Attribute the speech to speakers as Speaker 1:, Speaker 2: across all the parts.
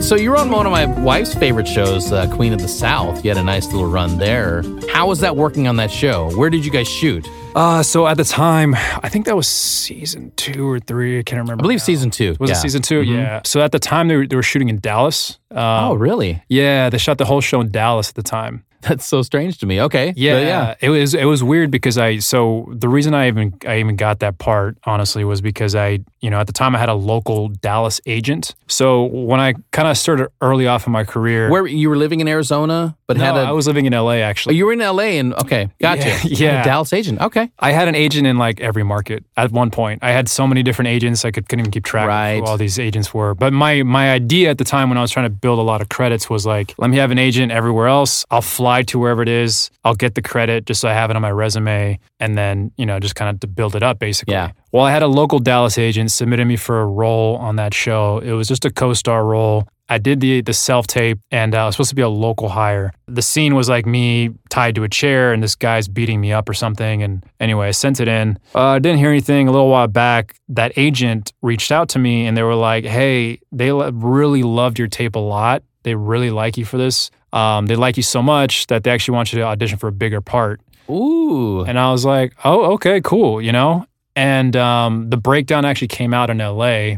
Speaker 1: So you were on one of my wife's favorite shows, uh, Queen of the South. You had a nice little run there. How was that working on that show? Where did you guys shoot?
Speaker 2: Uh, so at the time, I think that was season two or three. I can't
Speaker 1: I
Speaker 2: remember.
Speaker 1: believe
Speaker 2: now.
Speaker 1: season two.
Speaker 2: Was
Speaker 1: yeah. Mm-hmm.
Speaker 2: it season 2 Yeah. So at the time, they were, they were shooting in Dallas. Uh,
Speaker 1: Oh, really?
Speaker 2: yeah. They shot the whole show in Dallas at the time.
Speaker 1: That's so strange to me. Okay.
Speaker 2: Yeah,
Speaker 1: But yeah.
Speaker 2: It was it was weird because I so the reason I even I even got that part honestly was because I you know at the time I had a local Dallas agent. So when I kind of started early off in my career,
Speaker 1: Where you were living in Arizona, but
Speaker 2: no,
Speaker 1: had a
Speaker 2: I was living in LA
Speaker 1: oh,
Speaker 2: actually.
Speaker 1: you were in LA and okay, gotcha.
Speaker 2: Yeah,
Speaker 1: You had a
Speaker 2: yeah.
Speaker 1: Dallas agent. Okay.
Speaker 2: I had an agent in like every market at one point. I had so many different agents I could, couldn't even keep track
Speaker 1: Right.
Speaker 2: of who all these agents were. But my my idea at the time when I was trying to build a lot of credits was like, let me have an agent everywhere else. I'll fly to wherever it is. I'll get the credit just so I have it on my resume, and then you know just kind of to build it up basically.
Speaker 1: Yeah.
Speaker 2: Well, I had a local Dallas agent submitted me for a role on that show. It was just a co-star role. I did the the self tape, and uh, I was supposed to be a local hire. The scene was like me tied to a chair, and this guy's beating me up or something. And anyway, I sent it in. Uh, didn't hear anything. A little while back, that agent reached out to me, and they were like, "Hey, they lo- really loved your tape a lot. They really like you for this. Um, they like you so much that they actually want you to audition for a bigger part."
Speaker 1: Ooh.
Speaker 2: And I was like, oh, okay, cool, you know? And um, the breakdown actually came out in LA.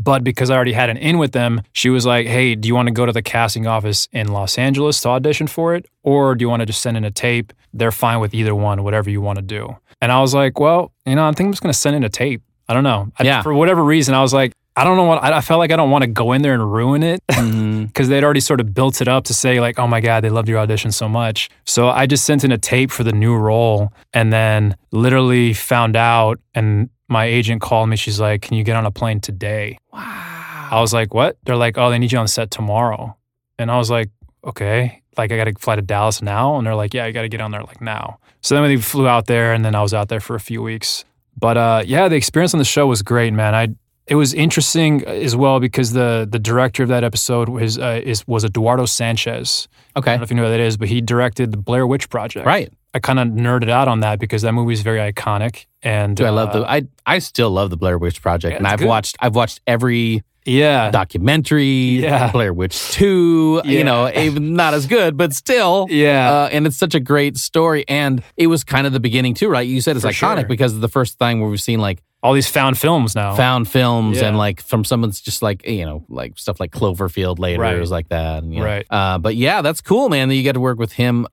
Speaker 2: But because I already had an in with them, she was like, hey, do you want to go to the casting office in Los Angeles to audition for it? Or do you want to just send in a tape? They're fine with either one, whatever you want to do. And I was like, well, you know, I think I'm just going to send in a tape. I don't know. I-
Speaker 1: Yeah.
Speaker 2: for whatever reason, I was like, I don't know what, I, I felt like I don't want to go in there and ruin it.
Speaker 1: Mhm.
Speaker 2: because they'd already sort of built it up to say like, oh my god, they loved your audition so much. So I just sent in a tape for the new role, and then literally found out. And my agent called me. She's like, can you get on a plane today?
Speaker 1: Wow.
Speaker 2: I was like, what? They're like, oh, they need you on set tomorrow. And I was like, okay, like I got to fly to Dallas now. And they're like, yeah, I got to get on there like now. So then we flew out there, and then I was out there for a few weeks. But uh, yeah, the experience on the show was great, man. I it was interesting uh, as well because the the director of that episode was uh, is was Eduardo Sanchez. I
Speaker 1: Okay.
Speaker 2: don't know if you know who that is, but he directed the Blair Witch Project.
Speaker 1: Right.
Speaker 2: I kind of nerded out on that because that movie is very iconic. And
Speaker 1: Dude, I love
Speaker 2: uh,
Speaker 1: the I I still love the Blair Witch Project,
Speaker 2: Yeah,
Speaker 1: and
Speaker 2: it's
Speaker 1: I've
Speaker 2: good.
Speaker 1: watched I've watched every
Speaker 2: yeah
Speaker 1: documentary,
Speaker 2: Yeah.
Speaker 1: Blair Witch Two. You
Speaker 2: Yeah.
Speaker 1: know, even not as good, but still,
Speaker 2: yeah
Speaker 1: Uh, and it's such a great story. And it was kind of the beginning too, right? You said it's
Speaker 2: For
Speaker 1: iconic
Speaker 2: sure.
Speaker 1: because the first thing where we've seen like
Speaker 2: all these found films now.
Speaker 1: found films
Speaker 2: Oh. Yeah.
Speaker 1: and like from someone's just like you know like stuff like Cloverfield later
Speaker 2: Right.
Speaker 1: it was like that. And, you know.
Speaker 2: Right.
Speaker 1: Uh, but yeah, that's cool, man. That you get to work with him.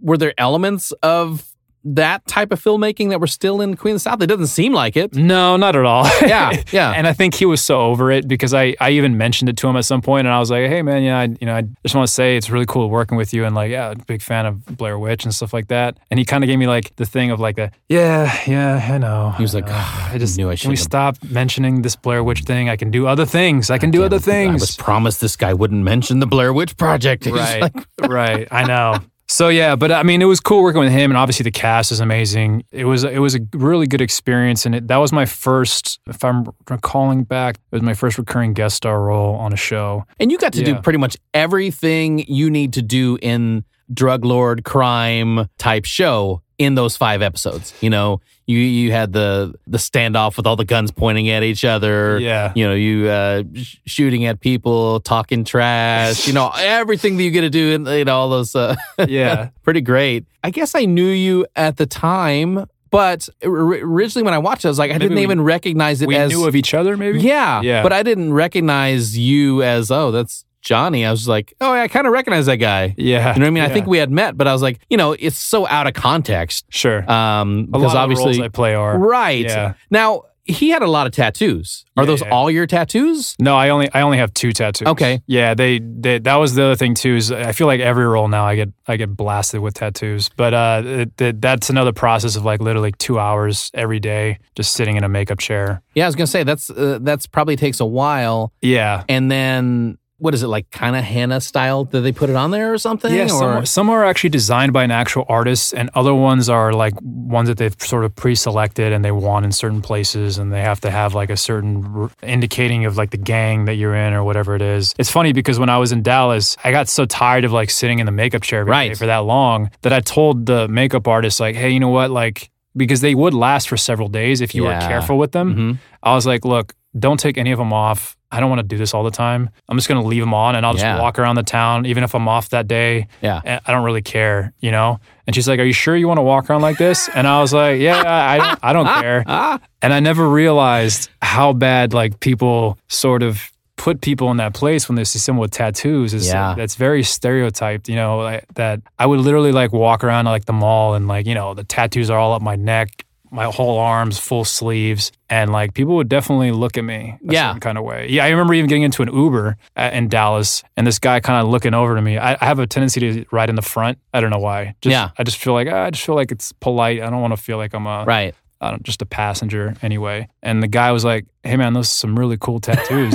Speaker 1: Were there elements of that type of filmmaking that were still in Queen of the South? It doesn't seem like it.
Speaker 2: no, not at all.
Speaker 1: Yeah, yeah.
Speaker 2: and I think he was so over it because I, I even mentioned it to him at some point, and I was like, hey man, yeah, I, you know, I just want to say it's really cool working with you, and like, yeah, big fan of Blair Witch and stuff like that. And he kind of gave me like the thing of like the yeah, yeah, I know.
Speaker 1: He was like,
Speaker 2: know.
Speaker 1: "Ah,
Speaker 2: I just
Speaker 1: knew I
Speaker 2: can we
Speaker 1: shouldn't
Speaker 2: stop mentioning this Blair Witch thing? I can do other things. I can do
Speaker 1: Damn,
Speaker 2: other
Speaker 1: I
Speaker 2: things.
Speaker 1: was promised this guy wouldn't mention the Blair Witch Project. It's
Speaker 2: Right.
Speaker 1: like-
Speaker 2: right. I know. So yeah, but I mean, it was cool working with him, and obviously the cast is amazing. It was it was a really good experience, and it, that was my first, if I'm recalling back, it was my first recurring guest star role on a show.
Speaker 1: And you got to do
Speaker 2: Yeah.
Speaker 1: pretty much everything you need to do in drug lord crime type show in those five episodes. You know, you you had the the standoff with all the guns pointing at each other.
Speaker 2: Yeah,
Speaker 1: You know, you uh, sh- shooting at people, talking trash. You know, everything that you get to do in you know all those. Uh,
Speaker 2: yeah,
Speaker 1: pretty great. I guess I knew you at the time, but or- originally when I watched it, I was like, I didn't
Speaker 2: we-
Speaker 1: even recognize it
Speaker 2: we
Speaker 1: as
Speaker 2: knew of each other, maybe.
Speaker 1: yeah,
Speaker 2: Yeah.
Speaker 1: But I didn't recognize you as oh, that's Johnny. I was like, oh, I kind of recognize that guy.
Speaker 2: yeah.
Speaker 1: You know what I mean? I
Speaker 2: Yeah.
Speaker 1: think we had met, but I was like, you know, it's so out of context.
Speaker 2: sure.
Speaker 1: Um,
Speaker 2: a
Speaker 1: because
Speaker 2: lot of the
Speaker 1: obviously,
Speaker 2: roles I play are
Speaker 1: right
Speaker 2: Yeah.
Speaker 1: now. he had a lot of tattoos. Are
Speaker 2: Yeah,
Speaker 1: those
Speaker 2: yeah.
Speaker 1: all your tattoos?
Speaker 2: No, I only I only have two tattoos.
Speaker 1: Okay.
Speaker 2: Yeah, they, they that was the other thing too. Is I feel like every role now I get I get blasted with tattoos, but uh, it, it- that's another process of like literally two hours every day just sitting in a makeup chair.
Speaker 1: Yeah, I was gonna say that's uh, that's probably takes a while.
Speaker 2: Yeah.
Speaker 1: And then what is it like, kind of Hannah style? Did they put it on there or something?
Speaker 2: Yeah, some,
Speaker 1: or
Speaker 2: are- some are actually designed by an actual artist, and other ones are like ones that they've sort of pre-selected and they want in certain places, and they have to have like a certain r- indicating of like the gang that you're in or whatever it is. It's funny because when I was in Dallas, I got so tired of like sitting in the makeup chair every day
Speaker 1: Right.
Speaker 2: for that long that I told the makeup artist like, hey, you know what, like because they would last for several days if you were
Speaker 1: Yeah.
Speaker 2: careful with them.
Speaker 1: Mhm.
Speaker 2: I was like, look, don't take any of them off. I don't want to do this all the time. I'm just going to leave them on and I'll just
Speaker 1: Yeah.
Speaker 2: walk around the town, even if I'm off that day.
Speaker 1: Yeah.
Speaker 2: And I don't really care, you know? And she's like, Are you sure you want to walk around like this? And I was like, Yeah, I don't, I don't care.
Speaker 1: Ah,
Speaker 2: And I never realized how bad, like, people sort of put people in that place when they see someone with tattoos is
Speaker 1: Yeah.
Speaker 2: that's very stereotyped you know like, that i would literally like walk around like the mall and like you know the tattoos are all up my neck my whole arms full sleeves and like people would definitely look at me a
Speaker 1: Yeah.
Speaker 2: certain kind of way yeah i remember even getting into an uber uh, in dallas and this guy kind of looking over to me I, I have a tendency to ride in the front i don't know why just
Speaker 1: Yeah.
Speaker 2: i just feel like ah, i just feel like it's polite i don't want to feel like i'm a
Speaker 1: right.
Speaker 2: I don't, just a passenger anyway. And the guy was like, "Hey man, those are some really cool tattoos."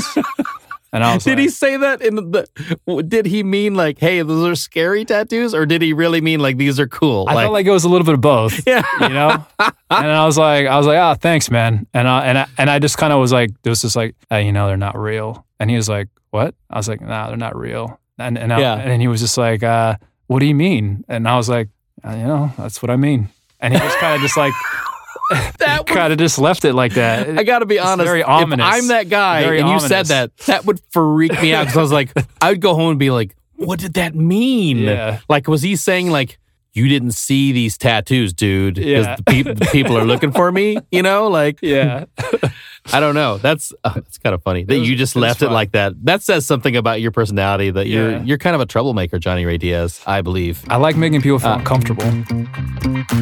Speaker 2: and I was
Speaker 1: Did
Speaker 2: like,
Speaker 1: he say that in the? w- Did he mean like, hey, those are scary tattoos, or did he really mean like these are cool?
Speaker 2: I felt like it was a little bit of both.
Speaker 1: Yeah.
Speaker 2: you know. and I was like, I was like, "Ah, thanks, man." And I and I, and I just kind of was like, it was just like, hey, you know, they're not real. And he was like, "What?" I was like, "Nah, they're not real." And and I,
Speaker 1: Yeah.
Speaker 2: and he was just like, uh, "What do you mean?" And I was like, "Uh, "You know, that's what I mean." And he was kind of just like,
Speaker 1: that. would-
Speaker 2: kind of just left it like that.
Speaker 1: I got to be
Speaker 2: It's
Speaker 1: honest.
Speaker 2: very
Speaker 1: if
Speaker 2: ominous.
Speaker 1: I'm that guy,
Speaker 2: Very
Speaker 1: and you said
Speaker 2: ominous.
Speaker 1: that. That would freak me out because I was like, I would go home and be like, what did that mean?
Speaker 2: Yeah.
Speaker 1: Like, was he saying like? You didn't see these tattoos, dude. Because
Speaker 2: Yeah.
Speaker 1: the, peop the people are looking for me. You know, like
Speaker 2: yeah.
Speaker 1: I don't know. That's uh, that's kind of funny that
Speaker 2: It was-
Speaker 1: you just
Speaker 2: it was
Speaker 1: left it
Speaker 2: fun.
Speaker 1: like that. That says something about your personality. That you're
Speaker 2: Yeah.
Speaker 1: you're kind of a troublemaker, Johnny Ray Diaz. I believe.
Speaker 2: I like making people feel
Speaker 1: Uh,
Speaker 2: uncomfortable.